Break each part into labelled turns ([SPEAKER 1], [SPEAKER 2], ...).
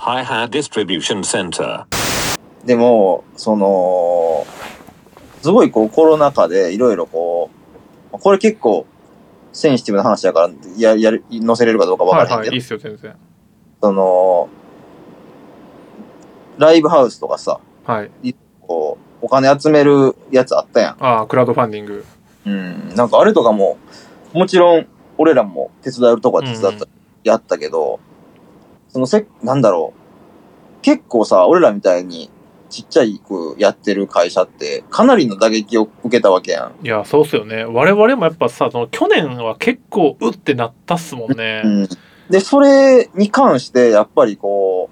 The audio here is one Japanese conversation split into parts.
[SPEAKER 1] Hi-hat distribution center.
[SPEAKER 2] でも、その、すごいこうコロナ禍でいろいろこう、これ結構センシティブな話だから、や、やる、載せれるかどうかわからへんけど、
[SPEAKER 3] はいはい、いいっすよ、全然。
[SPEAKER 2] その、ライブハウスとかさ、
[SPEAKER 3] はい。
[SPEAKER 2] こう、お金集めるやつあったや
[SPEAKER 3] ああ、クラウドファンディング。
[SPEAKER 2] ん。うん。なんかあれとかも、もちろん、俺らも手伝うとこは手伝った、
[SPEAKER 3] うんうん
[SPEAKER 2] やったけど、そのせ、なんだろう。結構さ、俺らみたいに、ちっちゃいくやってる会社って、かなりの打撃を受けたわけやん。
[SPEAKER 3] いや、そうっすよね。我々もやっぱさ、その去年は結構、うってなったっすもんね。
[SPEAKER 2] うんで、それに関して、やっぱりこ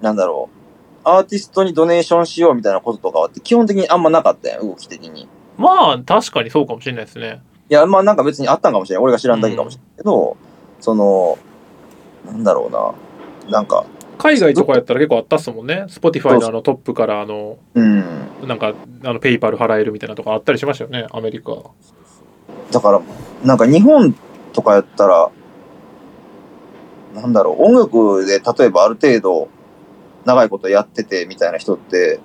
[SPEAKER 2] う、なんだろう、アーティストにドネーションしようみたいなこととかはって基本的にあんまなかったやん、動き的に。い
[SPEAKER 3] まあ、確かにそうかもしれないですね。
[SPEAKER 2] や、まあなんか別にあったんかもしれない。俺が知らんだけかもしれないけど、その、なんだろうな、なんか、
[SPEAKER 3] 海外とかやったら結構あったっすもんね。Spotify のあのトップから、あの、
[SPEAKER 2] うん、
[SPEAKER 3] なんか、あの、ペイパル払えるみたいなとかあったりしましたよね、アメリカ。
[SPEAKER 2] だから、なんか日本とかやったら、なんだろう、音楽で例えばある程度、長いことやっててみたいな人って、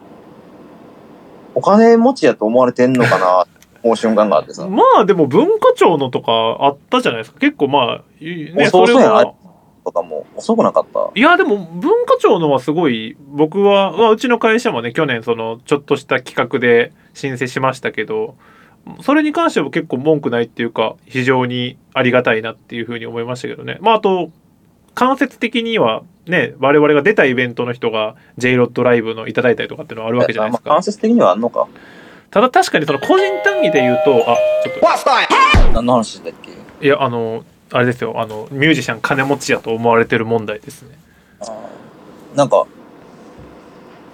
[SPEAKER 2] お金持ちやと思われてんのか な、思う瞬間があってさ。
[SPEAKER 3] まあ、でも文化庁のとかあったじゃないですか。結構まあ、いね、
[SPEAKER 2] そう
[SPEAKER 3] そ
[SPEAKER 2] そ
[SPEAKER 3] れ
[SPEAKER 2] うやん
[SPEAKER 3] は。
[SPEAKER 2] とかも、遅くなかった。
[SPEAKER 3] いや、でも文化庁のはすごい、僕は、まあ、うちの会社もね、去年、その、ちょっとした企画で申請しましたけど、それに関しては結構文句ないっていうか、非常にありがたいなっていうふうに思いましたけどね。まあ、あと、間接的には、ね、我々が出たイベントの人が J ロッドライブのいただいたりとかっていうのはあるわけじゃないです
[SPEAKER 2] まあ間
[SPEAKER 3] か。
[SPEAKER 2] 接的にはあんのか。
[SPEAKER 3] ただ確かにその個人単位で言うと、あ、ちょっと、
[SPEAKER 2] 何の話だっけ
[SPEAKER 3] いや、あの、あれですよ、あの、ミュージシャン金持ちやと思われてる問題ですね。
[SPEAKER 2] なんか、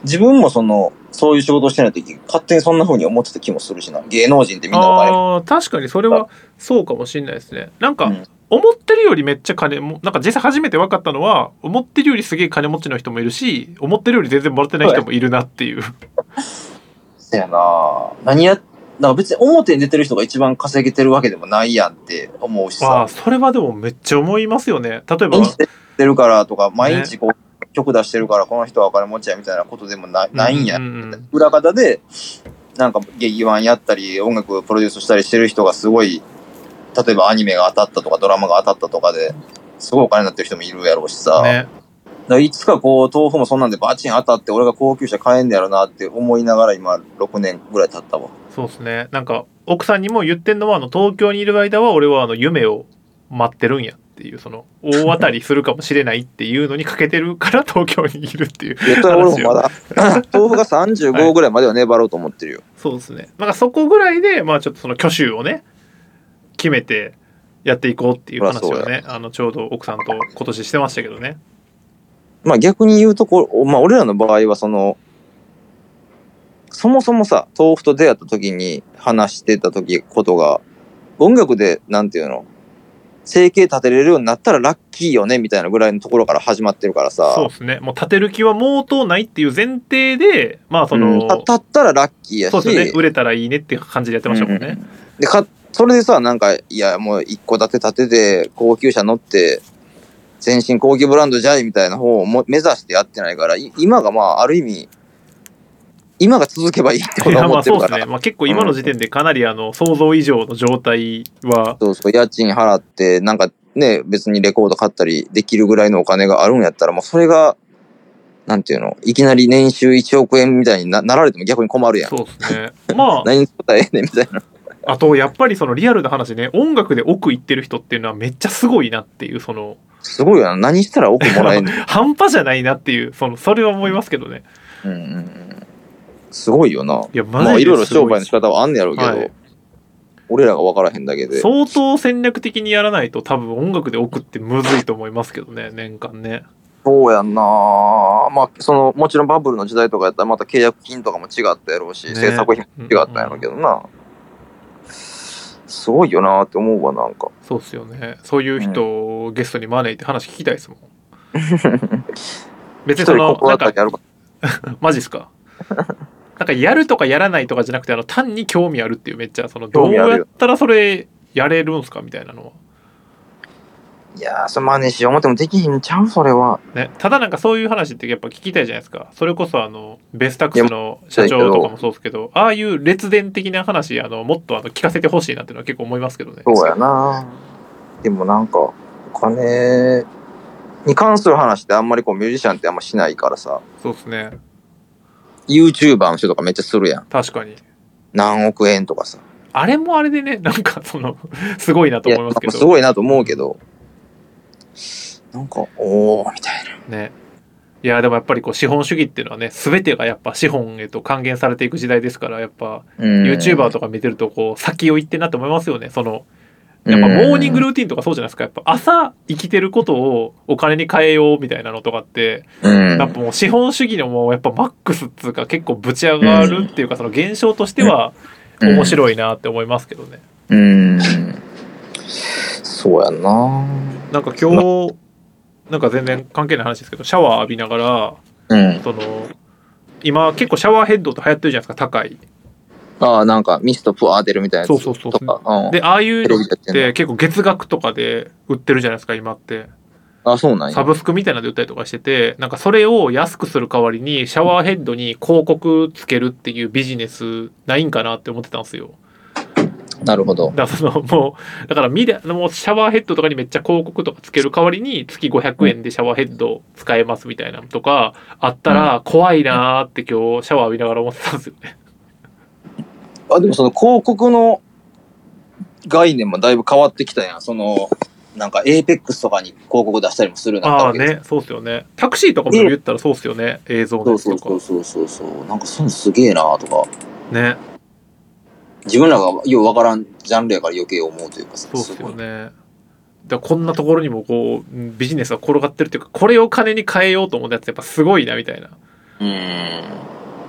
[SPEAKER 2] 自分もその、そういう仕事してない時、勝手にそんな風に思ってた気もするしな。芸能人ってみんなお金持ち
[SPEAKER 3] ああー確かにそれはそうかもしれないですねなんか、
[SPEAKER 2] うん
[SPEAKER 3] 思ってるよりめっちゃ金もなんか実際初めて分かったのは思ってるよりすげえ金持ちの人もいるし思ってるより全然もらってない人もいるなっていう
[SPEAKER 2] そやな何や、なんか別に表に出てる人が一番稼げてるわけでもないやんって思うし
[SPEAKER 3] あ
[SPEAKER 2] さ
[SPEAKER 3] ー。それはでもめっちゃ思いますよね例えば
[SPEAKER 2] 毎日出てるからとか、毎日こう、曲出してるから、この人はお金持ちやみたいなことでもなないんや
[SPEAKER 3] う。うん
[SPEAKER 2] 裏方で、なんか劇版やったり、音楽をプロデュースしたりしてる人がすごい、例えばアニメが当たったとか、ドラマが当たったとかで、すごいお金になってる人もいるやろうしさ。
[SPEAKER 3] ね
[SPEAKER 2] だからいつかこう、豆腐もそんなんでバチン当たって、俺が高級車買えんねやろなって思いながら今、6年ぐらい経った わ。
[SPEAKER 3] そうですねなんか奥さんにも言ってんのはあの東京にいる間は俺はあの夢を待ってるんやっていうその大当たりするかもしれないっていうのに欠けてるから東京にいるっていう
[SPEAKER 2] いや、それ俺もまだ、 豆腐が35ぐらいまでは粘ろうと思ってるよ。
[SPEAKER 3] そうですね。なんかそこぐらいで、まあちょっとその挙手をね、決めてやっていこうっていう話
[SPEAKER 2] まあ
[SPEAKER 3] を
[SPEAKER 2] そう
[SPEAKER 3] ね、あの、ちょうど奥さんと今年してましたけどね。
[SPEAKER 2] まあ逆に言うとこ、まあ俺らの場合はその、そもそもさ、豆腐と出会った時に話してた時、ことが、音楽で、なんていうの、生計立てれるようになったらラッキーよね、みたいなぐらいのところから始まってるから
[SPEAKER 3] そう
[SPEAKER 2] さ、
[SPEAKER 3] ですね。もう立てる気は毛頭ないっていう前提で、まあその、
[SPEAKER 2] うんた立ったらラッキーやし、
[SPEAKER 3] そうですね。売れたらいいねっていう感じでやってましたもんね。
[SPEAKER 2] でかそれでさなんかいやもう一戸建て建てて高級車乗って全身高級ブランドじゃいみたいな方をも目指してやってないからい今がまあある意味今が続けばいいってこ
[SPEAKER 3] い
[SPEAKER 2] とは
[SPEAKER 3] や
[SPEAKER 2] 思
[SPEAKER 3] ま
[SPEAKER 2] っ
[SPEAKER 3] あ
[SPEAKER 2] て
[SPEAKER 3] そ
[SPEAKER 2] る
[SPEAKER 3] う
[SPEAKER 2] か
[SPEAKER 3] です
[SPEAKER 2] ら
[SPEAKER 3] ね。まあ結構今の時点でかなりあの、想像以上の状態は、
[SPEAKER 2] そうそう家賃払ってなんかね別にレコード買ったりできるぐらいのお金があるんやったらもうそれがなんていうのいきなり年収1億円みたいにななられても逆に困るやん
[SPEAKER 3] そうですね。まあ、
[SPEAKER 2] 何作ったらええねんみたいな
[SPEAKER 3] あとやっぱりそのリアルな話ね、音楽で奥行ってる人っていうのはめっちゃすごいなっていう、その、
[SPEAKER 2] すごいよな何したら億もらえんねん
[SPEAKER 3] 半端じゃないなっていう、その、それは思いますけどね。
[SPEAKER 2] うんうんうんすごいよな。
[SPEAKER 3] いやマジ
[SPEAKER 2] ま
[SPEAKER 3] ですごい
[SPEAKER 2] あいろいろ商売の仕方はあんねやろうけど、
[SPEAKER 3] はい
[SPEAKER 2] 俺らが分からへんだけで。
[SPEAKER 3] 相当戦略的にやらないと多分音楽で送ってむずいと思いますけどね年間ね
[SPEAKER 2] そうやんなまあそのもちろんバブルの時代とかやったらまた契約金とかも違ったやろうし、
[SPEAKER 3] ね
[SPEAKER 2] 制作費も違ったやろうけどな。すごいよなって思うわなんか
[SPEAKER 3] そうっすよねそういう人をゲストに招いて話聞きたいで すもん別
[SPEAKER 2] 一
[SPEAKER 3] にそ
[SPEAKER 2] 人
[SPEAKER 3] の
[SPEAKER 2] 心
[SPEAKER 3] なん
[SPEAKER 2] 当た
[SPEAKER 3] か
[SPEAKER 2] りあるか
[SPEAKER 3] マジっ すかなんかやるとかやらないとかじゃなくてあの単に興味あるっていうめっちゃそのど
[SPEAKER 2] 興
[SPEAKER 3] う
[SPEAKER 2] 味あるよ
[SPEAKER 3] やったらそれやれるんすかみたいなのは
[SPEAKER 2] いやー、それ真似しよう思ってもできひんちゃうそれは。
[SPEAKER 3] ね、ただなんかそういう話ってやっぱ聞きたいじゃないですかそれこそあのベスタックスの社長とかもそうですけどああいう列伝的な話あのもっとあの聞かせてほしいなっていうのは結構思いますけどね
[SPEAKER 2] そうやな。でもなんか、お金に関する話ってあんまりこうミュージシャンってあんましないからさ、
[SPEAKER 3] そうですね
[SPEAKER 2] YouTuber の人とかめっちゃするやん。
[SPEAKER 3] 確かに
[SPEAKER 2] 何億円とかさ。
[SPEAKER 3] あれもあれでねなんかその すごいなと思いますけ
[SPEAKER 2] いや
[SPEAKER 3] ど
[SPEAKER 2] すごいなと思うけど、なんか、おー、みたいな。
[SPEAKER 3] ねいやでもやっぱりこう資本主義っていうのはね全てがやっぱ資本へと還元されていく時代ですからやっぱ
[SPEAKER 2] うん
[SPEAKER 3] YouTuber とか見てるとこう先を行ってんなと思いますよねそのやっぱモーニングルーティンとかそうじゃないですかやっぱ朝生きてることをお金に変えようみたいなのとかって
[SPEAKER 2] うん
[SPEAKER 3] やっぱもう資本主義のもうやっぱマックスっつうか結構ぶち上がるっていうかその現象としては面白いなって思いますけどね
[SPEAKER 2] うん。そうやな。
[SPEAKER 3] なんか今日なんか全然関係ない話ですけどシャワー浴びながら
[SPEAKER 2] うん。
[SPEAKER 3] その今結構シャワーヘッドって流行ってるじゃないですか高い
[SPEAKER 2] ああ、なんかミストプワー出るみたいなやつ
[SPEAKER 3] そうそうそ
[SPEAKER 2] と
[SPEAKER 3] う
[SPEAKER 2] か。うん
[SPEAKER 3] でああいう
[SPEAKER 2] テレ
[SPEAKER 3] の
[SPEAKER 2] ビ
[SPEAKER 3] っ
[SPEAKER 2] でやってんの
[SPEAKER 3] て結構月額とかで売ってるじゃないですか今って
[SPEAKER 2] あ、そうなん
[SPEAKER 3] サ
[SPEAKER 2] や。
[SPEAKER 3] ブスクみたいなので売ったりとかしててなんかそれを安くする代わりにシャワーヘッドに広告つけるっていうビジネスないんかなって思ってたんですよ
[SPEAKER 2] なるほど。
[SPEAKER 3] だからそのもうだからみだもうシャワーヘッドとかにめっちゃ広告とかつける代わりに月500円でシャワーヘッド使えますみたいなのとかあったら怖いなーって今日シャワー浴びながら思ってたんですよね。
[SPEAKER 2] あ、でもその広告の概念もだいぶ変わってきたやん。その、なんかエーペックスとかに広告出したりもするようになった
[SPEAKER 3] ああ
[SPEAKER 2] わけで
[SPEAKER 3] ねそうっすよねタクシーとかも言ったらそうっすよね映像の
[SPEAKER 2] そう
[SPEAKER 3] やつ
[SPEAKER 2] そう
[SPEAKER 3] と
[SPEAKER 2] そう
[SPEAKER 3] か
[SPEAKER 2] そうそうそう。なんかそういうのすげえなとか。
[SPEAKER 3] ね
[SPEAKER 2] 自分らがようわからんジャンルやから余計思うというかさ
[SPEAKER 3] そうっす
[SPEAKER 2] ご
[SPEAKER 3] よ
[SPEAKER 2] い
[SPEAKER 3] ね。だからこんなところにもこううんビジネスが転がってるっていうかこれを金に変えようと思ったやつやっぱすごいなみたいな
[SPEAKER 2] うーん。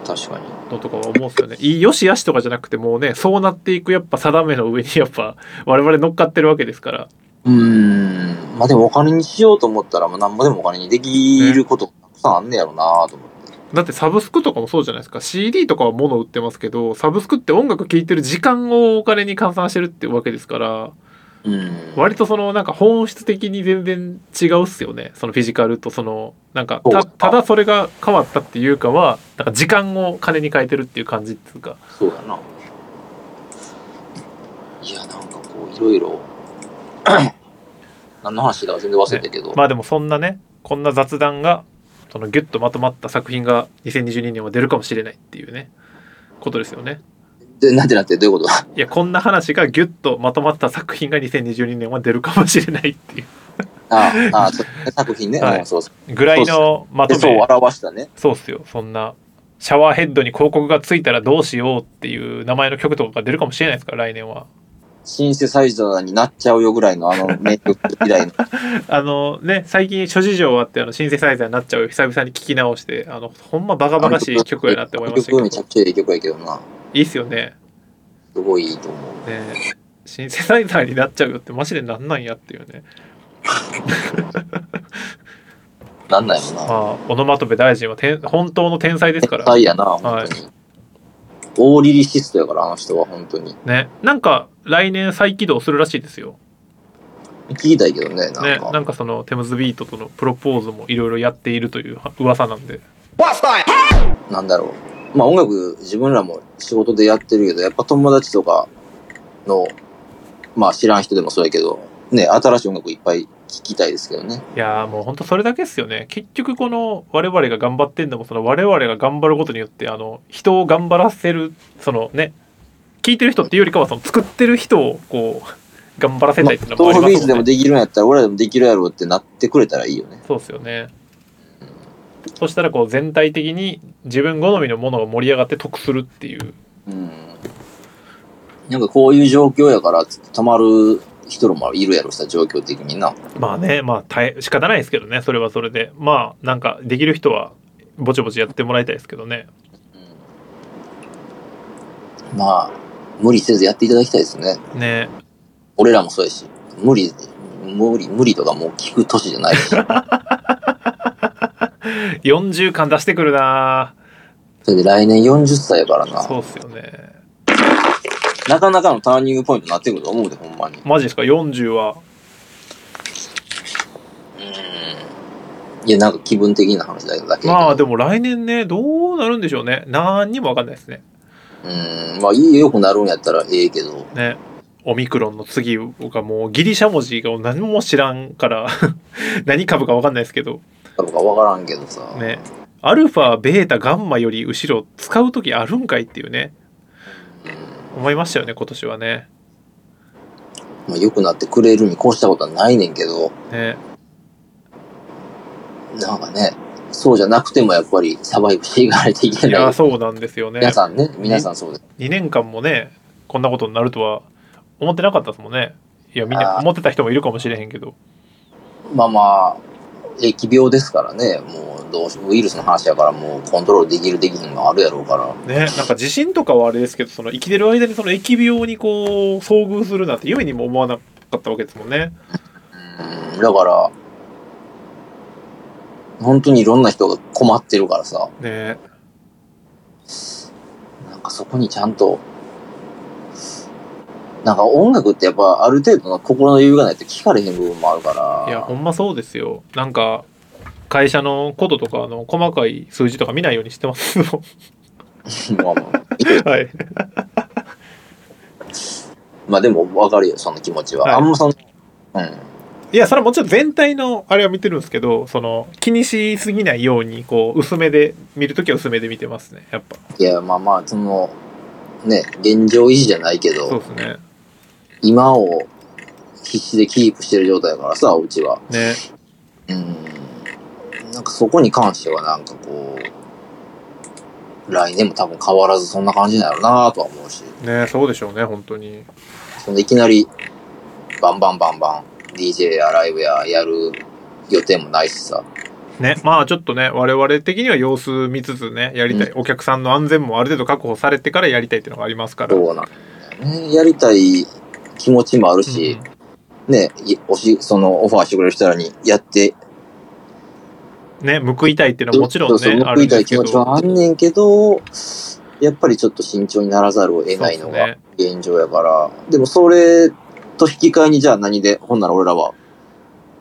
[SPEAKER 2] 確かに。
[SPEAKER 3] のとかは思うんですよね。いいよし悪しとかじゃなくてもうねそうなっていくやっぱ定めの上にやっぱ 我々乗っかってるわけですから
[SPEAKER 2] うーん。まあでもお金にしようと思ったら、まあ何もでもお金にできることたくさんあんねやろなと思って。
[SPEAKER 3] だってサブスクとかもそうじゃないですか CD とかは物売ってますけどサブスクって音楽聴いてる時間をお金に換算してるってわけですから
[SPEAKER 2] うん。
[SPEAKER 3] 割とそのなんか本質的に全然違うっすよねそのフィジカルとそのなんか
[SPEAKER 2] そう
[SPEAKER 3] た
[SPEAKER 2] っすか
[SPEAKER 3] ただそれが変わったっていうかはなんか時間を金に変えてるっていう感じっていうか
[SPEAKER 2] そうやな。いや、なんかこう、いろいろ、 何の話だか全然忘れたけど、
[SPEAKER 3] まあでもそんなねこんな雑談がそのギュッとまとまった作品が2022年は出るかもしれないっていうねことですよね
[SPEAKER 2] で、なんてなって、どういうこと だ
[SPEAKER 3] いやこんな話がギュッとまとまった作品が2022年は出るかもしれないっていう
[SPEAKER 2] ああ、 ああ、そう作品ね、
[SPEAKER 3] はい
[SPEAKER 2] うんそうそ
[SPEAKER 3] ぐらいのま
[SPEAKER 2] う。で、
[SPEAKER 3] と
[SPEAKER 2] そう
[SPEAKER 3] め
[SPEAKER 2] 表したね。
[SPEAKER 3] そうっすよそんなシャワーヘッドに広告がついたらどうしようっていう名前の曲とかが出るかもしれないですから来年は
[SPEAKER 2] シンセサイザーになっちゃうよぐらいの、あの、名曲以来の。
[SPEAKER 3] あのね最近諸事情あってあのシンセサイザーになっちゃうよ久々に聞き直してあのほんまバカバカしい曲やなって思いました
[SPEAKER 2] 曲め
[SPEAKER 3] け
[SPEAKER 2] ち
[SPEAKER 3] ど
[SPEAKER 2] ゃくちゃいい曲やけどな。
[SPEAKER 3] いいっすよね
[SPEAKER 2] すごいいいと思う。
[SPEAKER 3] ねシンセサイザーになっちゃうよってマジでなんなんやっていうね
[SPEAKER 2] なんなんやろな。
[SPEAKER 3] まあオノマトペ大臣はてん本当の天才ですから
[SPEAKER 2] 天才やな、本当に。大リリシストやから、あの人は、本当に。
[SPEAKER 3] ねなんか来年再起動するらしいですよ
[SPEAKER 2] 聞きたいけどね、なんか。
[SPEAKER 3] ね、なんかそのテムズビートとのプロポーズもいろいろやっているという噂なんで
[SPEAKER 2] なんだろう。まあ音楽自分らも仕事でやってるけど、やっぱ友達とかの、まあ知らん人でもそうやけど、ね、新しい音楽いっぱい聴きたいですけどね。
[SPEAKER 3] いやーもうほんとそれだけっすよね結局この我々が頑張ってんのもその我々が頑張ることによってあの人を頑張らせるそのね聞いてる人っていうよりかはその作ってる人をこう頑張らせたいっていうのもあ
[SPEAKER 2] 東
[SPEAKER 3] り
[SPEAKER 2] 北ビー
[SPEAKER 3] ま
[SPEAKER 2] ズ
[SPEAKER 3] すも
[SPEAKER 2] で
[SPEAKER 3] ん
[SPEAKER 2] も
[SPEAKER 3] ね
[SPEAKER 2] できるんやったら、俺らでもできるやろうってなってくれたらいいよね。
[SPEAKER 3] そうっすよねそしたらこう全体的に自分好みのものが盛り上がって得するっていう
[SPEAKER 2] うん。なんかこういう状況やから、たまる人もいるやろした状況的にな。
[SPEAKER 3] まあねまあ大変仕方ないですけどねそれはそれでまあなんかできる人はぼちぼちやってもらいたいですけどね
[SPEAKER 2] うんまあ、無理せずやっていただきたいですね。
[SPEAKER 3] ね
[SPEAKER 2] 俺らもそうやし、無理、無理、無理とかもう聞く年じゃない し。
[SPEAKER 3] 40巻出してくるな
[SPEAKER 2] それで来年40歳やから
[SPEAKER 3] ぁ
[SPEAKER 2] な。
[SPEAKER 3] そうっすよね
[SPEAKER 2] なかなかのターニングポイントになってくると思うで、ほんまに。
[SPEAKER 3] マジですか40は
[SPEAKER 2] いや、なんか気分的な話だけだけど。
[SPEAKER 3] まあでも来年ね、どうなるんでしょうね。何にもわかんないですね。
[SPEAKER 2] うん、まあ、いいよくなるんやったらええけど。
[SPEAKER 3] ね。オミクロンの次がもうギリシャ文字が何も知らんから、 何株かわかんないですけど、
[SPEAKER 2] 株かわからんけどさ。
[SPEAKER 3] ね。アルファ、ベータ、ガンマより後ろ使う時あるんかいっていうね、
[SPEAKER 2] うん
[SPEAKER 3] 思いましたよね、今年はね。
[SPEAKER 2] まあ、良くなってくれるに越したことはないねんけど、
[SPEAKER 3] ね。
[SPEAKER 2] なんかね、そうじゃなくてもやっぱりサバイブしていかないといけ
[SPEAKER 3] い
[SPEAKER 2] な
[SPEAKER 3] や、
[SPEAKER 2] い。
[SPEAKER 3] そうなんですよね。
[SPEAKER 2] 皆さんね、皆さんそうです。
[SPEAKER 3] 2年間もねこんなことになるとは思ってなかったですもんねいやみんな
[SPEAKER 2] あー
[SPEAKER 3] 思ってた人もいるかもしれへんけど
[SPEAKER 2] まあまあ、疫病ですからね、もうどうしウイルスの話やからもうコントロールできるできひんのあるやろうから。
[SPEAKER 3] ねなんか地震とかはあれですけどその生きてる間にその疫病にこう遭遇するなんて夢にも思わなかったわけですもんね
[SPEAKER 2] うん、だから、本当にいろんな人が困ってるからさ、
[SPEAKER 3] ね
[SPEAKER 2] なんかそこにちゃんと、なんか音楽ってやっぱある程度の心の余裕がないと聞かれへん部分もあるから。
[SPEAKER 3] いやほんまそうですよなんか会社のこととかの細かい数字とか見ないようにしてますも
[SPEAKER 2] まあまあ
[SPEAKER 3] んはい
[SPEAKER 2] まあでも分かるよ、その気持ちは。
[SPEAKER 3] はい
[SPEAKER 2] あんまその、うん。
[SPEAKER 3] いやそれはもちろん全体のあれは見てるんですけどその気にしすぎないようにこう薄めで見るときは薄めで見てますねやっぱ
[SPEAKER 2] いや、まあまあ、その、ね、現状維持じゃないけ
[SPEAKER 3] そう
[SPEAKER 2] ど、
[SPEAKER 3] ですね
[SPEAKER 2] 今を必死でキープしてる状態だからさ、うちは。
[SPEAKER 3] ね
[SPEAKER 2] うん。なんかそこに関してはなんかこう、来年も多分変わらずそんな感じなのなとは思うし、
[SPEAKER 3] ねそうでしょうね本当に
[SPEAKER 2] そのいきなり、バンバンバンバン、DJ やライブややる予定もないしさ。
[SPEAKER 3] ねまあちょっとね我々的には様子見つつねやりたい、お客さんの安全もある程度確保されてからやりたいっていうのがありますから
[SPEAKER 2] そうなんだよね。やりたい気持ちもあるし、
[SPEAKER 3] うん
[SPEAKER 2] ね、いおし、その、オファーしてくれる人らにやって、
[SPEAKER 3] ね報いたいっていうのはもちろんね
[SPEAKER 2] そうそう報
[SPEAKER 3] ある
[SPEAKER 2] い
[SPEAKER 3] ん
[SPEAKER 2] た
[SPEAKER 3] で
[SPEAKER 2] い
[SPEAKER 3] す
[SPEAKER 2] 気
[SPEAKER 3] けど
[SPEAKER 2] 持ちはあんねんけど、やっぱりちょっと慎重にならざるを得ないの
[SPEAKER 3] そうで
[SPEAKER 2] が現状やから、でもそれと引き換えにじゃあ何で、ほんなら俺らは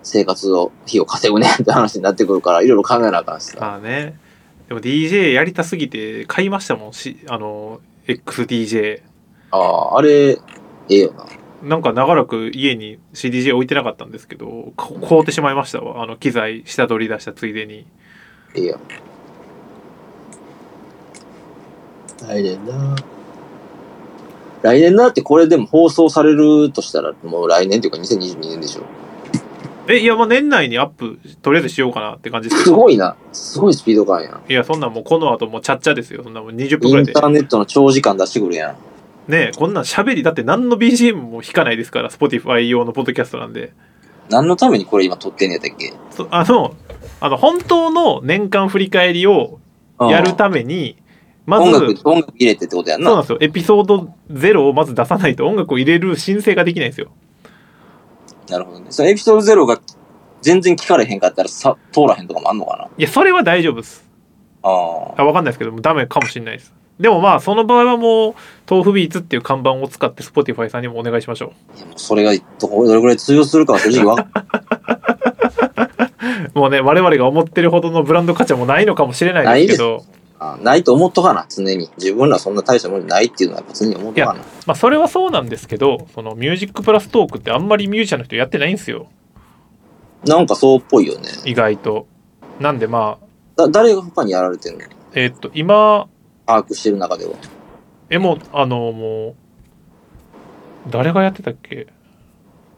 [SPEAKER 2] 生活を、費を稼ぐねんって話になってくるから、いろいろ考えなあかんしさ。
[SPEAKER 3] まあねでも DJ やりたすぎて買いましたもんしあの XDJ
[SPEAKER 2] ああ、あれ、ええよな。
[SPEAKER 3] なんか長らく家に CDJ 置いてなかったんですけどこ凍ってしまいましたわあの機材下取り出したついでに
[SPEAKER 2] ええやん。来年な来年なってこれでも放送されるとしたら、もう来年っていうか2022年でしょ。
[SPEAKER 3] えいやまあ年内にアップとりあえずしようかなって感じです
[SPEAKER 2] す
[SPEAKER 3] けど
[SPEAKER 2] ごいな。すごいスピード感やん。
[SPEAKER 3] いやそんなんもうこの後もうちゃっちゃですよそんなもう20分
[SPEAKER 2] イ
[SPEAKER 3] ぐらい
[SPEAKER 2] ン
[SPEAKER 3] で
[SPEAKER 2] ターネットの長時間出してくるやん。
[SPEAKER 3] ねえこんなん喋りだって何の BGM も弾かないですから Spotify 用のポッドキャストなんで
[SPEAKER 2] 何のためにこれ今撮ってんねやったっけ
[SPEAKER 3] そあのあの本当の年間振り返りを
[SPEAKER 2] うん
[SPEAKER 3] やるためにまず
[SPEAKER 2] 音
[SPEAKER 3] そう
[SPEAKER 2] 楽、音楽入れてってことやん
[SPEAKER 3] なん
[SPEAKER 2] な。
[SPEAKER 3] ですよエピソード0をまず出さないと音楽を入れる申請ができないんですよ
[SPEAKER 2] なるほどね。そのエピソードゼロが全然聞かれへんかったらさ通らへんとかもあんのかない
[SPEAKER 3] やそれは大丈夫です
[SPEAKER 2] ああ。
[SPEAKER 3] あ分かんないですけどもうダメかもしれないですでもまあその場合はもう豆腐ビーツっていう看板を使って Spotify さんにもお願いしましょ
[SPEAKER 2] いやもうそれがどこどれくらい通用するかは正直わかん
[SPEAKER 3] うもうね我々が思ってるほどのブランド価値はもうないのかもしれないですけど
[SPEAKER 2] あ ないと思っとかな、常に。自分らそんな大したもんないっていうのはやっぱ常に思っとかな。
[SPEAKER 3] まあそれはそうなんですけどそのミュージックプラストークってあんまりミュージシャンの人やってないんですよ
[SPEAKER 2] なんかそうっぽいよね。
[SPEAKER 3] 意外となんでまあ
[SPEAKER 2] だ誰が他にやられてんの
[SPEAKER 3] えっと今
[SPEAKER 2] 把握してる中では。
[SPEAKER 3] えもうあのもう誰がやってたっけ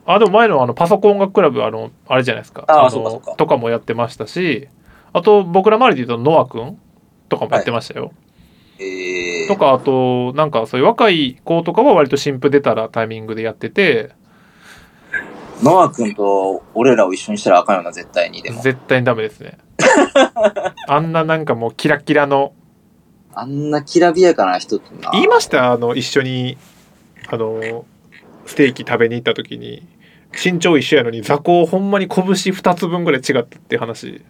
[SPEAKER 3] あでも前のあのパソコン音楽クラブあのあれじゃないですか
[SPEAKER 2] あー
[SPEAKER 3] の
[SPEAKER 2] そうかそうか
[SPEAKER 3] とかもやってましたしあと僕ら周りで言うとノアくんとかもやってましたよ、
[SPEAKER 2] ええ
[SPEAKER 3] とかあとなんかそういう若い子とかは割と新婦出たらタイミングでやってて
[SPEAKER 2] ノア君と俺らを一緒にしたらあかんよな、絶対に。でも。
[SPEAKER 3] 絶対にダメです ねあんななんかもうキラキラの
[SPEAKER 2] あんなきらびやかな人ってな。
[SPEAKER 3] 言いましたあの一緒にあのステーキ食べに行った時に身長一緒やのに座高ほんまに拳2つ分ぐらい違ったっていう話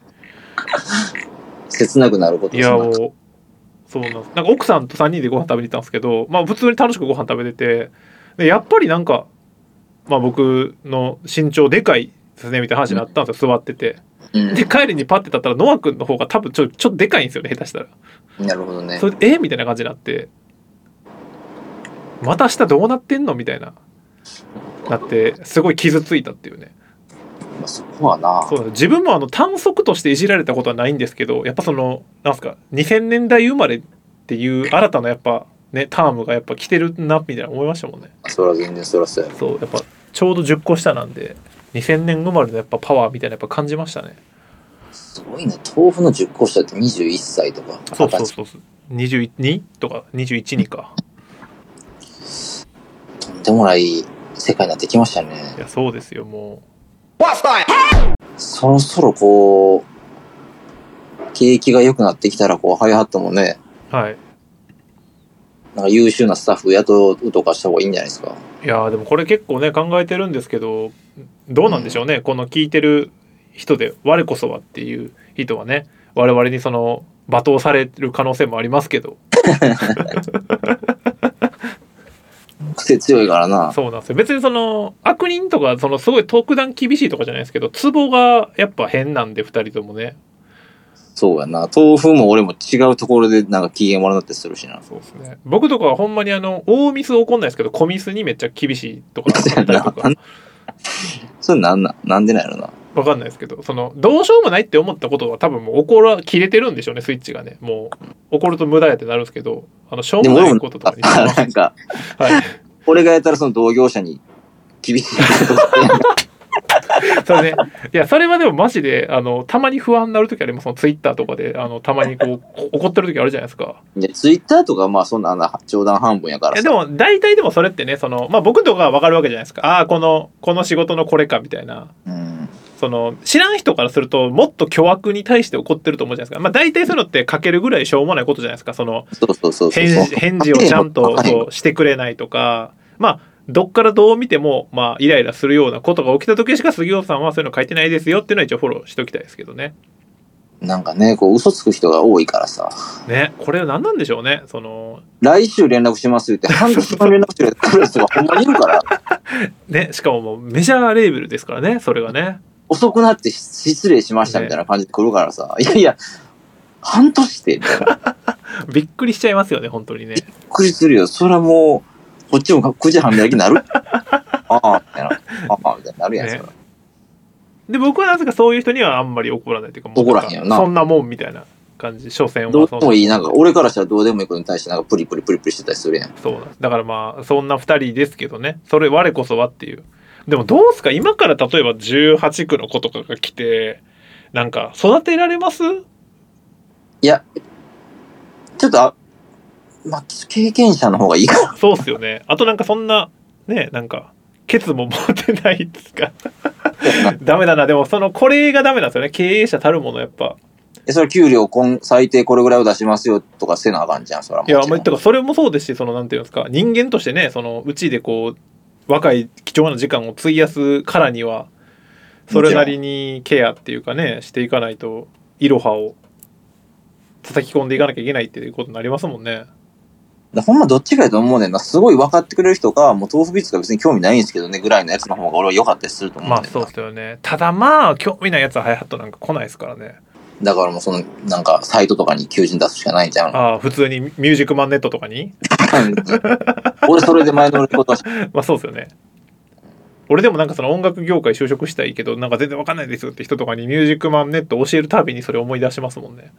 [SPEAKER 2] 切なくなること
[SPEAKER 3] いや
[SPEAKER 2] そんな
[SPEAKER 3] もうそうなんですなんか奥さんと3人でご飯食べに行ったんですけどまあ普通に楽しくご飯食べててでやっぱりなんかまあ僕の身長でかいですねみたいな話になったんですよ座ってて
[SPEAKER 2] うん
[SPEAKER 3] で帰りにパッて立ったらノア君の方が多分ちょちょっとでかいんですよね下手したら
[SPEAKER 2] なるほどね
[SPEAKER 3] それでえみたいな感じになってまた下どうなってんのみたいななってすごい傷ついたっていうね
[SPEAKER 2] まあそこはな
[SPEAKER 3] そうなんです自分もあの短足としていじられたことはないんですけどやっぱそのなんすか2000年代生まれっていう新たなやっぱねタームがやっぱ来てるなみたいな思いましたもんね
[SPEAKER 2] それは全然そらそうやろ
[SPEAKER 3] そうやっぱちょうど10個下なんで2000年生まれのやっぱパワーみたいなやっぱ感じましたね
[SPEAKER 2] すごいね豆腐の10個下って21歳とか
[SPEAKER 3] そうそう
[SPEAKER 2] 二十
[SPEAKER 3] そうそう22とか21にか
[SPEAKER 2] 歳とんでもない世界になってきましたね
[SPEAKER 3] いやそうですよも
[SPEAKER 2] そろそろこう景気が良くなってきたらこうハイハットもね
[SPEAKER 3] うはい
[SPEAKER 2] なんか優秀なスタッフ雇うとかした方がいいんじゃないですか
[SPEAKER 3] いやーでもこれ結構ね考えてるんですけどどうなんでしょうね、この聞いてる人で我こそはっていう人はね我々にその罵倒される可能性もありますけど
[SPEAKER 2] 癖強いからな
[SPEAKER 3] そうなんですよ別にその悪人とかそのすごい特段厳しいとかじゃないですけどツボがやっぱ変なんで2人ともね
[SPEAKER 2] そうやな豆腐も俺も違うところでなんか機嫌悪なってするしな
[SPEAKER 3] そうですね僕とかはほんまにあの大ミス起こんないですけど小ミスにめっちゃ厳しいとかあったりとか
[SPEAKER 2] それなんなんなんでなんやろな
[SPEAKER 3] わかんないですけどそのどうしようもないって思ったことは多分もう怒ら切れてるんでしょうねスイッチがねもう怒ると無駄やってなるんですけどあのしょう
[SPEAKER 2] で
[SPEAKER 3] も
[SPEAKER 2] も
[SPEAKER 3] な
[SPEAKER 2] 俺
[SPEAKER 3] い
[SPEAKER 2] も
[SPEAKER 3] こととか に
[SPEAKER 2] なんか
[SPEAKER 3] はい、
[SPEAKER 2] 俺がやったらその同業者に厳しいこと か
[SPEAKER 3] それねいやそれはでもマジであのたまに不安になる時ありますそのツイッターとかであのたまにこう こ怒ってる時あるじゃないですか
[SPEAKER 2] でツイッターとかまあそんなあんな冗談半分やか
[SPEAKER 3] い
[SPEAKER 2] ら
[SPEAKER 3] や
[SPEAKER 2] さ
[SPEAKER 3] でも大体でもそれってねその、まあ、僕とかは分かるわけじゃないですかああこのこの仕事のこれかみたいな
[SPEAKER 2] うん
[SPEAKER 3] その知らん人からするともっと巨悪に対して怒ってると思うじゃないですか、まあ、大体そういうのって書けるぐらいしょうもないことじゃないですかその
[SPEAKER 2] そうそうそうそう
[SPEAKER 3] 返事返事をちゃ んとこうしてくれないとかまあどっからどう見てもまあイライラするようなことが起きた時しか杉尾さんはそういうの書いてないですよっていうのは一応フォローしておきたいですけどね。
[SPEAKER 2] なんかねこう嘘つく人が多いからさ
[SPEAKER 3] ねこれは何なんでしょうねその
[SPEAKER 2] 来週連絡しますって半年後に連絡してくる人がほんまにいるから
[SPEAKER 3] ねしかももうメジャーレーベルですからねそれがね。
[SPEAKER 2] 遅くなって失礼しましたみたいな感じで来るから さ、いやいや半年ってみたいなびっ
[SPEAKER 3] びっくりしちゃいますよね本当にね。
[SPEAKER 2] くりするよそりゃもうこっちも9時半開きになるああみたいなああみたいになるやん、
[SPEAKER 3] ね
[SPEAKER 2] そら
[SPEAKER 3] で僕はなぜかそういう人にはあんまり怒らないというかもう
[SPEAKER 2] 怒らへんよな
[SPEAKER 3] そんなもんみたいな感じ所詮は
[SPEAKER 2] どう
[SPEAKER 3] そ
[SPEAKER 2] で
[SPEAKER 3] ん
[SPEAKER 2] もいいなんか俺からしたらどうでもいいことに対してなんかプリプリプリプリしてたりするやん
[SPEAKER 3] そうなんですだからまあそんな2人ですけどねそれ我こそはっていうでもどうすか今から例えば18区の子とかが来てなんか育てられます
[SPEAKER 2] いやちょっとあまあ経験者の方がいいか
[SPEAKER 3] そうっすよねあとなんかそんなねなんかケツも持てないっつうか
[SPEAKER 2] な
[SPEAKER 3] ダメだなでもそのこれがダメなんですよね経営者たるものやっぱ
[SPEAKER 2] えそれ給料今最低これぐらいを出しますよとかせなあかんじゃんそらも
[SPEAKER 3] い
[SPEAKER 2] ち
[SPEAKER 3] や
[SPEAKER 2] ろ
[SPEAKER 3] ま
[SPEAKER 2] ん
[SPEAKER 3] あ言ったかそれもそうですしそのなんていうんですか人間としてねそのうちでこう若い貴重な時間を費やすからにはそれなりにケアっていうかねしていかないとイロハを叩き込んでいかなきゃいけないっていうことになりますもんね。
[SPEAKER 2] だほんまどっちかやと思うねんな。すごい分かってくれる人か、もう豆腐ビーツが別に興味ないんですけどね、ぐらいのやつの方が俺は良かったりすると思うねん
[SPEAKER 3] ま
[SPEAKER 2] な
[SPEAKER 3] あそうですよね。ただまあ興味ないやつはハイハットなんか来ないですからね。
[SPEAKER 2] だからもうその、なんか、サイトとかに求人出すしかないんじ ゃん。
[SPEAKER 3] ああ普通にミュージックマンネットとかに
[SPEAKER 2] 俺それで前乗ることはし
[SPEAKER 3] まあそうですよね。俺でもなんかその音楽業界就職したいけどなんか全然わかんないですよって人とかにミュージックマンネット教えるたびにそれ思い出しますもんね。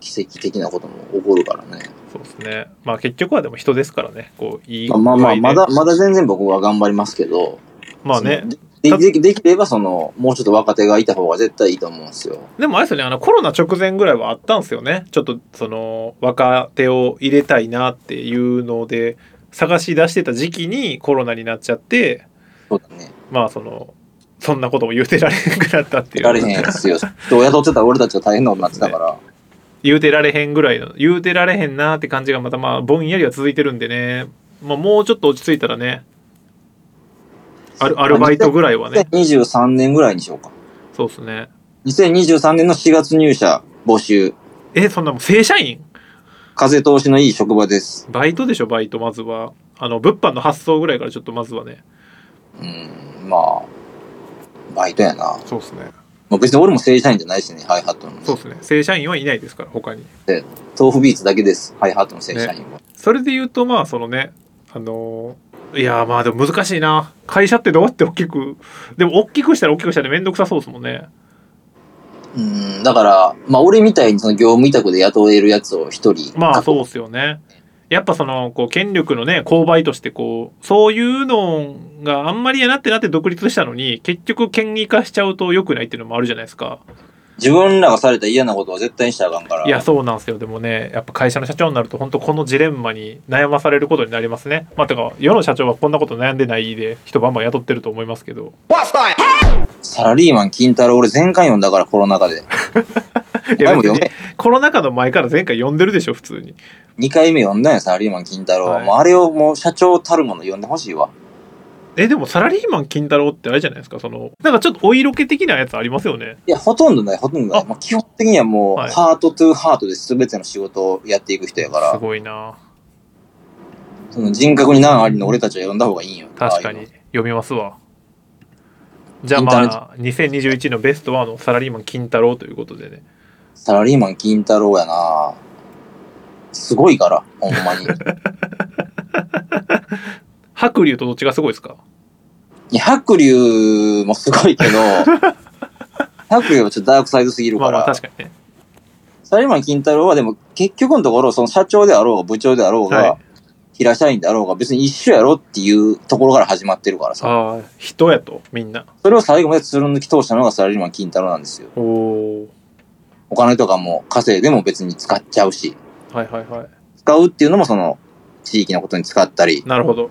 [SPEAKER 2] 奇跡的なことも起こるからね。
[SPEAKER 3] そうですね。まあ結局はでも人ですからね。こういい
[SPEAKER 2] まあまあまあ、
[SPEAKER 3] 具合
[SPEAKER 2] ま
[SPEAKER 3] で
[SPEAKER 2] だ、まだ全然僕は頑張りますけど。
[SPEAKER 3] まあね。
[SPEAKER 2] その。ででできれば、その、もうちょっと若手がいた方が絶対いいと思うんですよ。
[SPEAKER 3] でもあれですよね。あのコロナ直前ぐらいはあったんですよね。ちょっとその若手を入れたいなっていうので探し出してた時期にコロナになっちゃって、
[SPEAKER 2] そうだね。
[SPEAKER 3] まあそのそんなことも言うてられへんくなったってい
[SPEAKER 2] やれへん
[SPEAKER 3] う。
[SPEAKER 2] や つよ。人を雇ってたら俺たちは大変なことになってたから。
[SPEAKER 3] 言うてられへんぐらいの言うてられへんなって感じがまたまあぼんやりは続いてるんでね。まあもうちょっと落ち着いたらね。アルアルバイトぐらいはね。
[SPEAKER 2] 2023年ぐらいにしようか。
[SPEAKER 3] そうですね。
[SPEAKER 2] 2023年の4月入社募集。
[SPEAKER 3] え、そんなもう正社員
[SPEAKER 2] 風通しのいい職場です。
[SPEAKER 3] バイトでしょバイトまずはあの物販の発送ぐらいからちょっとまずはね
[SPEAKER 2] うん、まあ、バイトやな。
[SPEAKER 3] そうですね。
[SPEAKER 2] まあ、別に俺も正社員じゃないしね、ハイハットの。
[SPEAKER 3] そうですね。正社員はいないですから、他に。
[SPEAKER 2] 豆腐ビーツだけです、ハイハットの正社員は。
[SPEAKER 3] それで言うと、まあ、そのね、あのーいやーまあでも難しいな。会社ってどうやって大きく、でも大きくしたら大きくしたらめんどくさそうですもんね。
[SPEAKER 2] うん、だから、まあ俺みたいにその業務委託で雇えるやつを一人。
[SPEAKER 3] まあそうっすよね。やっぱそのこう権力のね勾配としてこうそういうのがあんまりやなってなって独立したのに結局権威化しちゃうと良くないっていうのもあるじゃないですか。
[SPEAKER 2] 自分らがされた嫌なことは絶対にしたらあかんから。
[SPEAKER 3] いやそうなんですよでもねやっぱ会社の社長になると本当このジレンマに悩まされることになりますね。まあてか世の社長はこんなこと悩んでないで一晩晩雇ってると思います けど
[SPEAKER 2] サラリーマン金太郎、俺全巻読んだから、コロナ 禍で。
[SPEAKER 3] いや
[SPEAKER 2] 前も
[SPEAKER 3] 別
[SPEAKER 2] 読
[SPEAKER 3] に
[SPEAKER 2] め。
[SPEAKER 3] コロナ禍の前から前回読んでるでしょ普通に。
[SPEAKER 2] 2回目読んだよ、サラリーマン金太郎。
[SPEAKER 3] はい
[SPEAKER 2] もうあれをもう社長たるもの読んでほしいわ。
[SPEAKER 3] えでもサラリーマン金太郎ってあれじゃないですかそのなんかちょっとお色気的なやつありますよね。
[SPEAKER 2] いや、ほとんどない、ほとんどない。
[SPEAKER 3] あ
[SPEAKER 2] まあ、基本的にはもう、
[SPEAKER 3] はい
[SPEAKER 2] ハートトゥーハートで全ての仕事をやっていく人や
[SPEAKER 3] す
[SPEAKER 2] から、
[SPEAKER 3] ごいな。
[SPEAKER 2] その人格に難ありの俺たちは読んだ方がいいんよ。
[SPEAKER 3] 確か
[SPEAKER 2] ああいう
[SPEAKER 3] に
[SPEAKER 2] の。
[SPEAKER 3] 読みますわじゃあ
[SPEAKER 2] インターネット
[SPEAKER 3] まあ2021のベストはあのサラリーマン金太郎ということでね
[SPEAKER 2] サラリーマン金太郎やなすごいから、ほん まに。
[SPEAKER 3] 白龍とどっちがすごいですか
[SPEAKER 2] いや、白龍もすごいけ ど、白龍はちょっとダークサイドすぎる
[SPEAKER 3] ま
[SPEAKER 2] か
[SPEAKER 3] あ
[SPEAKER 2] ら、
[SPEAKER 3] まあ確かにね
[SPEAKER 2] サラリーマン金太郎はでも結局のところ、その社長であろうが部長であろうが、
[SPEAKER 3] は
[SPEAKER 2] 平社員であろうが別に一緒やろっていうところから始まってるからさ。
[SPEAKER 3] ああ人やとみんな
[SPEAKER 2] それを最後までつる抜き通したのがサラリーマン金太郎なんですよ。
[SPEAKER 3] おお
[SPEAKER 2] お金とかも稼いでも別に使っちゃうし、
[SPEAKER 3] はいはいは
[SPEAKER 2] 使うっていうのもその地域のことに使ったり
[SPEAKER 3] い、なるほど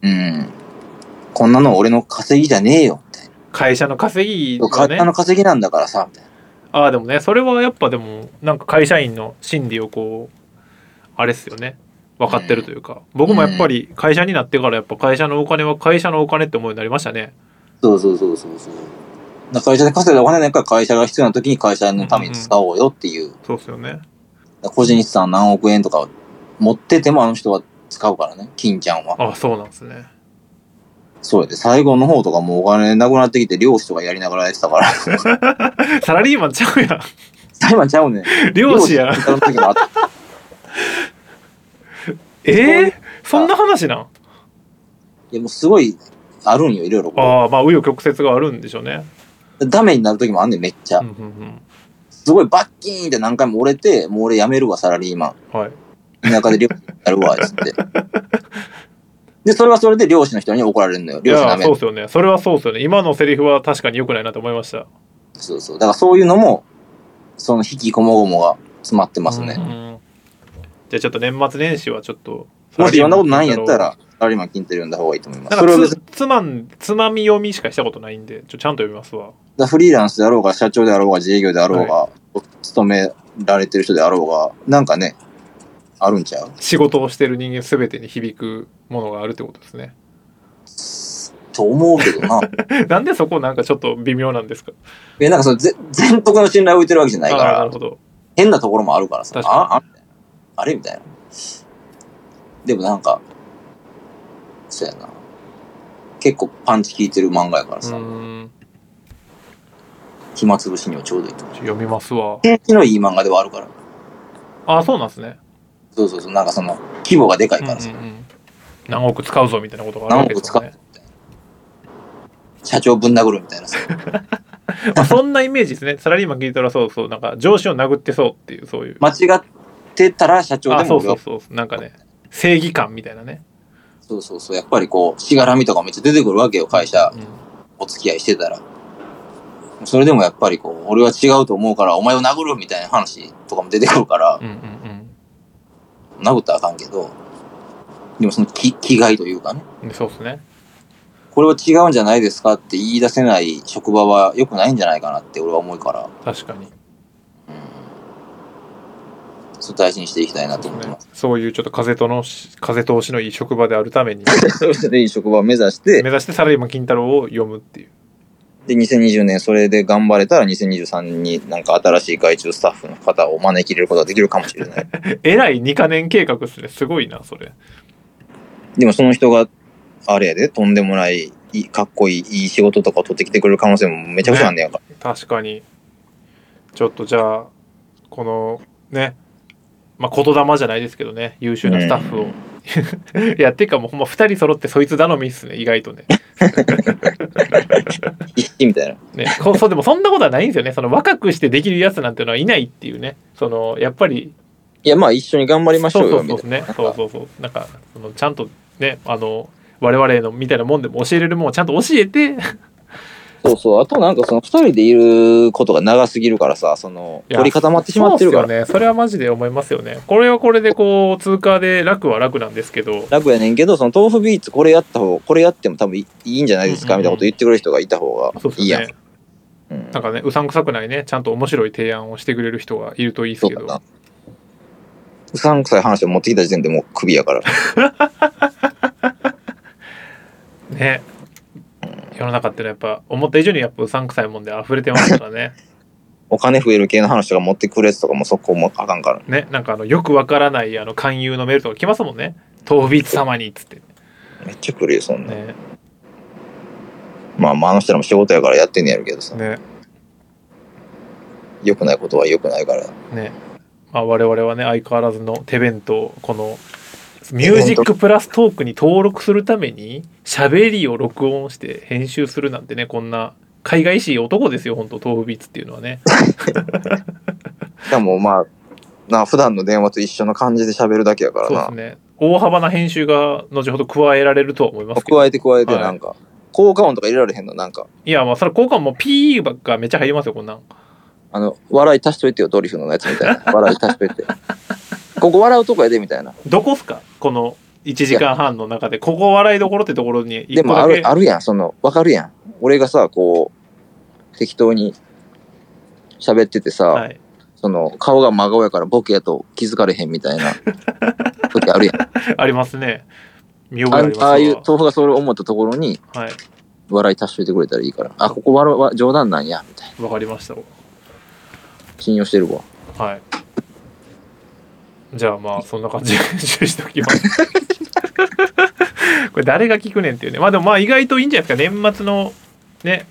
[SPEAKER 2] うん。こんなの俺の稼ぎじゃねえよ、みたい
[SPEAKER 3] 会社の稼ぎ
[SPEAKER 2] な。
[SPEAKER 3] がね
[SPEAKER 2] 体の稼ぎなんだからさ、みたいな。
[SPEAKER 3] ああでもねそれはやっぱでもなんか会社員の心理をこうあれっすよね分かってるというか、僕もやっぱり会社になってからやっぱ会社のお金は会社のお金って思うようになりましたね
[SPEAKER 2] そうそうそうそうそう。だから会社で稼いだお金なんか会社が必要な時に会社のために使おうよっていう。
[SPEAKER 3] そうっすよね
[SPEAKER 2] 個人資産何億円とか持っててもあの人は使うからね、金ちゃんは。
[SPEAKER 3] ああそうなんですね
[SPEAKER 2] そうやで、最後の方とかもうお金なくなってきて漁師とかやりながらやってたから。
[SPEAKER 3] サラリーマンちゃうやん
[SPEAKER 2] 裁判ちゃうねん。
[SPEAKER 3] 漁師やん
[SPEAKER 2] 漁師の時もあ った
[SPEAKER 3] えー、そんな話なん
[SPEAKER 2] いやもうすごいあるんよ、いろいろこ
[SPEAKER 3] ああまあ紆余曲折があるんでしょうね、
[SPEAKER 2] う。ダメになる時もあんねん、めっちゃ
[SPEAKER 3] うん。うん
[SPEAKER 2] すごいバッキーンって何回も折れて、もう俺辞めるわ、サラリーマン。
[SPEAKER 3] うん、はい
[SPEAKER 2] 田舎で漁師やるわ、つって。で、それはそれで漁師の人に怒られるのよ。
[SPEAKER 3] い
[SPEAKER 2] 漁師
[SPEAKER 3] や
[SPEAKER 2] ダ
[SPEAKER 3] ー
[SPEAKER 2] メ
[SPEAKER 3] そうっすよねそれはそうっすよね今のセリフは確かに良くないなと思いました
[SPEAKER 2] そうそう。だからそういうのも、その引きこもごもが詰まってますね。
[SPEAKER 3] うんうんじゃあちょっと年末年始はちょっと
[SPEAKER 2] もし読んだことないんやった
[SPEAKER 3] サラ
[SPEAKER 2] ら、サラリーマン金太郎読んだ方がいいと思います。
[SPEAKER 3] リー
[SPEAKER 2] それは
[SPEAKER 3] マンな
[SPEAKER 2] 別
[SPEAKER 3] んか
[SPEAKER 2] に、
[SPEAKER 3] つつまんつまみ読みしかしたことないんでちょちゃんと読みますわ
[SPEAKER 2] フリーランスであろうが、社長であろうが、自営業であろうが、勤められてる人であろうが、なんかね、あるんちゃう
[SPEAKER 3] 仕事をしてる人間全てに響くものがあるってことですね
[SPEAKER 2] と思うけどな。
[SPEAKER 3] なんでそこなんかちょっと微妙なんですか
[SPEAKER 2] え、なんかその、ぜ全幅の信頼を置いてるわけじゃないか
[SPEAKER 3] ああな
[SPEAKER 2] ら
[SPEAKER 3] る、ほど
[SPEAKER 2] 変なところもあるからさ、
[SPEAKER 3] 確かに
[SPEAKER 2] あああれみたいな。でもなんか、そうやな。結構パンチ効いてる漫画やから
[SPEAKER 3] う
[SPEAKER 2] さ、
[SPEAKER 3] ん
[SPEAKER 2] 暇つぶしにはちょうどいいと思う。
[SPEAKER 3] ちょ読みますわ
[SPEAKER 2] 景気のいい漫画ではあるから。
[SPEAKER 3] ああそうなんですね
[SPEAKER 2] そうそうそう、なんかその、規模がでかい
[SPEAKER 3] うん
[SPEAKER 2] からさ、
[SPEAKER 3] うんうん何億使うぞみたいなことがあるわけですよね。
[SPEAKER 2] 社長ぶん殴るみたいなさ。
[SPEAKER 3] まあそんなイメージですね。サラリーマン聞いたらそうそう、なんか上司を殴ってそうっていう、そういう。
[SPEAKER 2] 間違ってたら社長で
[SPEAKER 3] あ、そ
[SPEAKER 2] も
[SPEAKER 3] うそうそう。なんかね、正義感みたいなね。
[SPEAKER 2] そうそうそうやっぱりこう、しがらみとかめっちゃ出てくるわけよ、会社
[SPEAKER 3] う、ん
[SPEAKER 2] お付き合いしてたら。それでもやっぱりこう、俺は違うと思うから、お前を殴るみたいな話とかも出てくるから、
[SPEAKER 3] うんうんうん
[SPEAKER 2] 殴ったらあかんけど、でもその気、気概というかね、
[SPEAKER 3] うん。でそうですね。
[SPEAKER 2] これは違うんじゃないですかって言い出せない職場は良くないんじゃないかなって俺は思うから、
[SPEAKER 3] 確かに。
[SPEAKER 2] そう大事にしていきたいなと
[SPEAKER 3] そう
[SPEAKER 2] 思って
[SPEAKER 3] ね
[SPEAKER 2] ま
[SPEAKER 3] そういうちょっと風通のし、風通しのいい職場であるた めに、
[SPEAKER 2] す。そうですね、いい職場を目指して、
[SPEAKER 3] 目指してサラリーマン金太郎を読むっていう。
[SPEAKER 2] で、2020年それで頑張れたら、2023年になんか新しい外注スタッフの方を招き入れることができるかもしれ ない。
[SPEAKER 3] えらい2か年計画ですね。すごいな、それ。
[SPEAKER 2] でもその人が、あれやで、とんでもないいいかっこいいいい仕事とかを取ってきてくれる可能性もめちゃくちゃあんねやんか、
[SPEAKER 3] 確かにちょっとじゃあこのねまあ言霊じゃないですけどね優秀なスタッフを、 いやっていうかもうほんま2人揃ってそいつ頼みっすね意外とね
[SPEAKER 2] 一心みたいな。
[SPEAKER 3] ねこそうでもそんなことはないんですよねその若くしてできるやつなんてのはいないっていうねそのやっぱり
[SPEAKER 2] いや、まあ一緒に頑張りましょう
[SPEAKER 3] そ
[SPEAKER 2] よ、
[SPEAKER 3] うそ
[SPEAKER 2] み
[SPEAKER 3] う
[SPEAKER 2] た
[SPEAKER 3] そ
[SPEAKER 2] い
[SPEAKER 3] うねそうそうそうなんかそのちゃんとねあの我々のみたいなもんでも教えれるもんをちゃんと教えて
[SPEAKER 2] な。そうそう。あとなんかその二人でいることが長すぎるからさ、その、
[SPEAKER 3] いや
[SPEAKER 2] 凝り固まってしまってるから。
[SPEAKER 3] そうっすよねそれはマジで思いますよねこれはこれでこう通過で楽は楽なんですけど
[SPEAKER 2] 楽やねんけど、その豆腐ビーツこれやった方、これやっても多分いいいんじゃないですか、
[SPEAKER 3] うんうん
[SPEAKER 2] みたいなこと言ってくれる人がいた方が
[SPEAKER 3] そうで
[SPEAKER 2] いい
[SPEAKER 3] す
[SPEAKER 2] や
[SPEAKER 3] よ
[SPEAKER 2] ん。
[SPEAKER 3] ね
[SPEAKER 2] うん
[SPEAKER 3] なんかねうさんくさくないねちゃんと面白い提案をしてくれる人がいるといいです
[SPEAKER 2] そ
[SPEAKER 3] け
[SPEAKER 2] うだ
[SPEAKER 3] ど
[SPEAKER 2] な。うさんくさい話を持ってきた時点でもう首やから。
[SPEAKER 3] ね世の中ってのはやっぱ思った以上にやっぱうさんくさいもんで溢れてますからね
[SPEAKER 2] お金増える系の話とか持ってくるやつとかもそこもあかんから。
[SPEAKER 3] ねなんかあのよくわからないあの勧誘のメールとか来ますもんね「当日様に」っつって
[SPEAKER 2] めっちゃ来るよ、そんな。
[SPEAKER 3] ね
[SPEAKER 2] まあまああの人らも仕事やからやってんねやるけどさ。
[SPEAKER 3] ね
[SPEAKER 2] 良くないことは良くないから。
[SPEAKER 3] ねまあ我々はね相変わらずの手弁当このミュージックプラストークに登録するために喋りを録音して編集するなんてねこんな海外しい男ですよ本当豆腐ビーツっていうのはね
[SPEAKER 2] しかもまあ、な普段の電話と一緒の感じで喋るだけやから
[SPEAKER 3] そうで
[SPEAKER 2] な
[SPEAKER 3] す。ね大幅な編集が後ほど加えられるとは思いますけど
[SPEAKER 2] 加えて加えて
[SPEAKER 3] はい
[SPEAKER 2] なんか、効果音とか入れられへんのなんか
[SPEAKER 3] いやまあそれ効果も P ばっかめっちゃ入りますよこんなん
[SPEAKER 2] あの笑い足しといてよドリフのやつみたいな笑い足しといてここ笑うとこやでみたいな
[SPEAKER 3] どこっすかこの1時間半の中でここ笑いどころってところに
[SPEAKER 2] で
[SPEAKER 3] 一個
[SPEAKER 2] もあ
[SPEAKER 3] だけ
[SPEAKER 2] るあるやんそのわかるやん俺がさこう適当に喋っててさ、
[SPEAKER 3] はい、
[SPEAKER 2] その顔が真顔やからボケやと気づかれへんみたい な時あるやん
[SPEAKER 3] ありますね見覚え
[SPEAKER 2] あ
[SPEAKER 3] あります
[SPEAKER 2] ん
[SPEAKER 3] わ
[SPEAKER 2] ああいう豆腐がそれ思ったところに
[SPEAKER 3] はい
[SPEAKER 2] 笑い足しといてくれたらいいからあここ笑わ冗談なんやみたいな
[SPEAKER 3] わかりました
[SPEAKER 2] 信用してるわ
[SPEAKER 3] はい。じゃあまあそんな感じで 注意しておきます。 これ誰が聞くねんっていうね。まあでもまあ意外といいんじゃないですか。年末のね、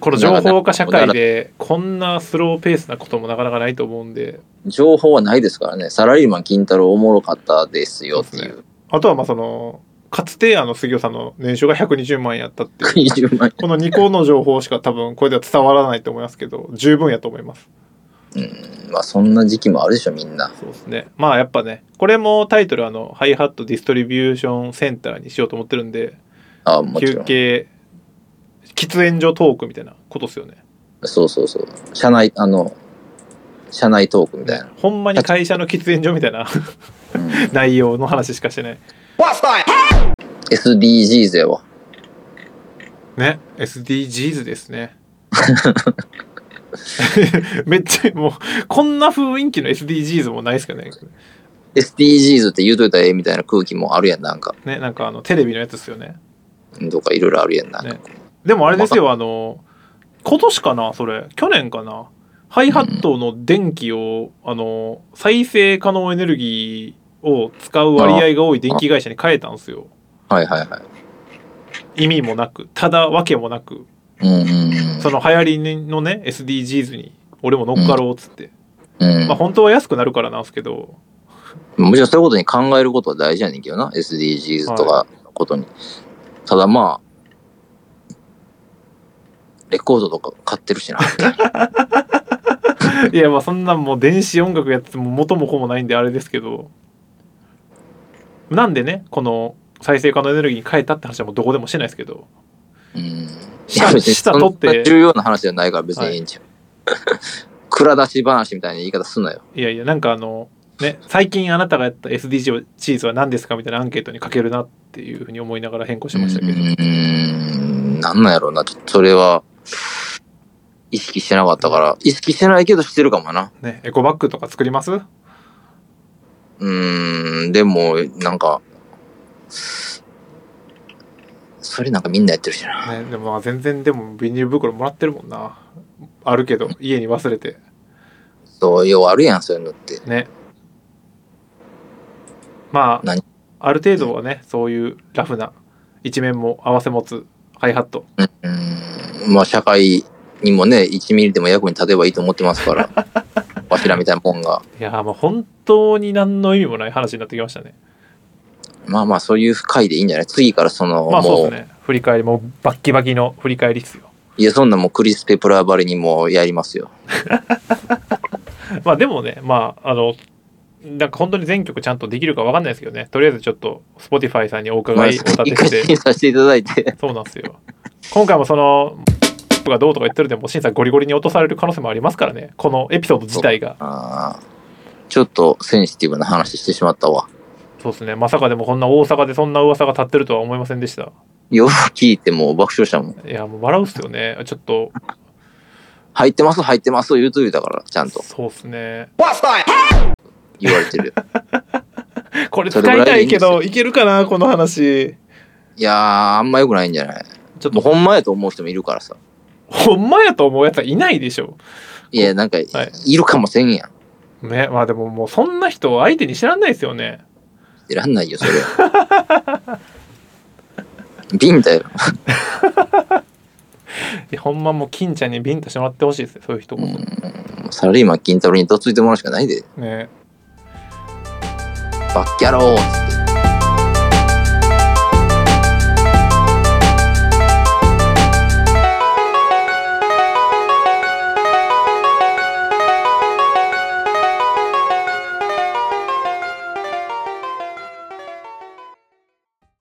[SPEAKER 3] この情報化社会でこんなスローペースなこともなかなかないと思うんで、
[SPEAKER 2] 情報はないですからね。サラリーマン金太郎おもろかったですよってい。
[SPEAKER 3] そうあとはまあその、かつてあの杉尾さんの年収が120万円やったっていう。
[SPEAKER 2] 20万
[SPEAKER 3] この2項の情報しか多分これでは伝わらないと思いますけど、十分やと思います。
[SPEAKER 2] 円。 まあそんな時期もあるでしょ、みんな。
[SPEAKER 3] そうですね。まあやっぱね、これもタイトルあの、ハイハットディストリビューションセンターにしようと思ってるんで、
[SPEAKER 2] ああ、もち
[SPEAKER 3] 休
[SPEAKER 2] ろん。
[SPEAKER 3] 憩、喫煙所トークみたいなことですよね。
[SPEAKER 2] そうそうそう。社内、あの、社内トークみたいな。
[SPEAKER 3] ほんまに会社の喫煙所みたいな
[SPEAKER 2] うん、
[SPEAKER 3] 内容の話しかしてない。
[SPEAKER 2] SDGs やわ。
[SPEAKER 3] ね、SDGs です ね。めっちゃもうこんな雰囲気の SDGs もないですかね
[SPEAKER 2] SDGs って言うといたらええみたいな空気もあるやん、なんか。
[SPEAKER 3] ねなんかあのテレビのやつですよね
[SPEAKER 2] とかいろいろあるやん、なんか。
[SPEAKER 3] ねでもあれですよ、あの、今年かな、それ、去年かな、ハイハットの電気を、あの、再生可能エネルギーを使う割合が多い電気会社に変えたんですよ。
[SPEAKER 2] はいはいはい。
[SPEAKER 3] 意味もなく、ただわけもなく、
[SPEAKER 2] うんうん
[SPEAKER 3] その流行りのね、SDGs に、俺も乗っかろうっつって。
[SPEAKER 2] うん。うん
[SPEAKER 3] まあ、本当は安くなるからなんですけど、
[SPEAKER 2] もちろんそういうことに考えることは大事やねんけどな、SDGs とかのことに。ただまあ、レコードとか買ってる しな。
[SPEAKER 3] いや、まあ、そんなんもう電子音楽やってても元も子もないんであれですけど、なんでね、この再生可能エネルギーに変えたって話はもうどこでもしてないですけど、
[SPEAKER 2] うん。
[SPEAKER 3] 下
[SPEAKER 2] いや別に
[SPEAKER 3] 下取って
[SPEAKER 2] そんな重要な話じゃないから別にいいんちゃう。 蔵出し話みたいな言い方すんなよ。
[SPEAKER 3] いやいや、なんかあの、ね、最近あなたがやった SDGs は何ですかみたいなアンケートに書けるなっていうふうに思いながら変更しましたけど。
[SPEAKER 2] うん。なんなんやろうな。ちょっとそれは、意識してなかったから、意識してないけどしてるかもな。
[SPEAKER 3] ね、エコバッグとか作ります
[SPEAKER 2] うん。でも、なんか、それなんかみんなやってるしな。
[SPEAKER 3] ね、でもまあ全然でもビニール袋もらってるもんな。あるけど、家に忘れて。
[SPEAKER 2] そう、ようあるやん、そういうのって。
[SPEAKER 3] ね。まあ
[SPEAKER 2] 何、
[SPEAKER 3] ある程度はね、そういうラフな一面も合わせ持つハイハット。
[SPEAKER 2] うん、まあ社会にもね、1ミリでも役に立てばいいと思ってます から、わしらみたいなもんが。
[SPEAKER 3] いやーもう本当に何の意味もない話になってきましたね。
[SPEAKER 2] まあまあそういう回でいいんじゃない次からその、
[SPEAKER 3] まあそう
[SPEAKER 2] も
[SPEAKER 3] で
[SPEAKER 2] う、
[SPEAKER 3] すね。振り返りもうバッキバキの振り返りっすよ。
[SPEAKER 2] いやそんなもうクリス・ペプラーバリにもやりますよ。
[SPEAKER 3] まあでもね、まああの、なんか本当に全曲ちゃんとできるかわかんないですけどね。とりあえずちょっと Spotify さんにお
[SPEAKER 2] まあ
[SPEAKER 3] 伺いを
[SPEAKER 2] 一
[SPEAKER 3] 立て
[SPEAKER 2] 回
[SPEAKER 3] て、
[SPEAKER 2] 審査していただいて。
[SPEAKER 3] そうなんですよ。今回もその、がどうとか言ってるでも審査ゴリゴリに落とされる可能性もありますからね。このエピソード自体が。
[SPEAKER 2] あーちょっとセンシティブな話してしまったわ。
[SPEAKER 3] そうですね。まさかでもこんな大阪でそんな噂が立ってるとは思いませんでした。
[SPEAKER 2] よく聞いてもう爆笑したもん。
[SPEAKER 3] いや、もう笑うっすよね。ちょっと、
[SPEAKER 2] 入ってます、入ってます、言うと言うたから、ちゃんと
[SPEAKER 3] そうっすね。
[SPEAKER 2] 言われ てる。
[SPEAKER 3] これ使いたいけど、いけるかなこの話。
[SPEAKER 2] いやー、あんま良くないんじゃない
[SPEAKER 3] ちょっ
[SPEAKER 2] もう
[SPEAKER 3] と、
[SPEAKER 2] ほんまやと思う人もいるからさ。
[SPEAKER 3] ほんまやと思うやつはいないでしょ。
[SPEAKER 2] いや、なんか、い
[SPEAKER 3] はい
[SPEAKER 2] るかもせんやん。
[SPEAKER 3] ね、まあでももうそんな人を相手に知らんないですよね。
[SPEAKER 2] いらんない よ、それは。ビンタよ。
[SPEAKER 3] いやほんまもう金ちゃんにビンタしてもらってほしいですね、そういう人
[SPEAKER 2] う
[SPEAKER 3] こそ。
[SPEAKER 2] んサラリーマン金太郎にどついてもらうしかないで。
[SPEAKER 3] ね。
[SPEAKER 2] バッキャロー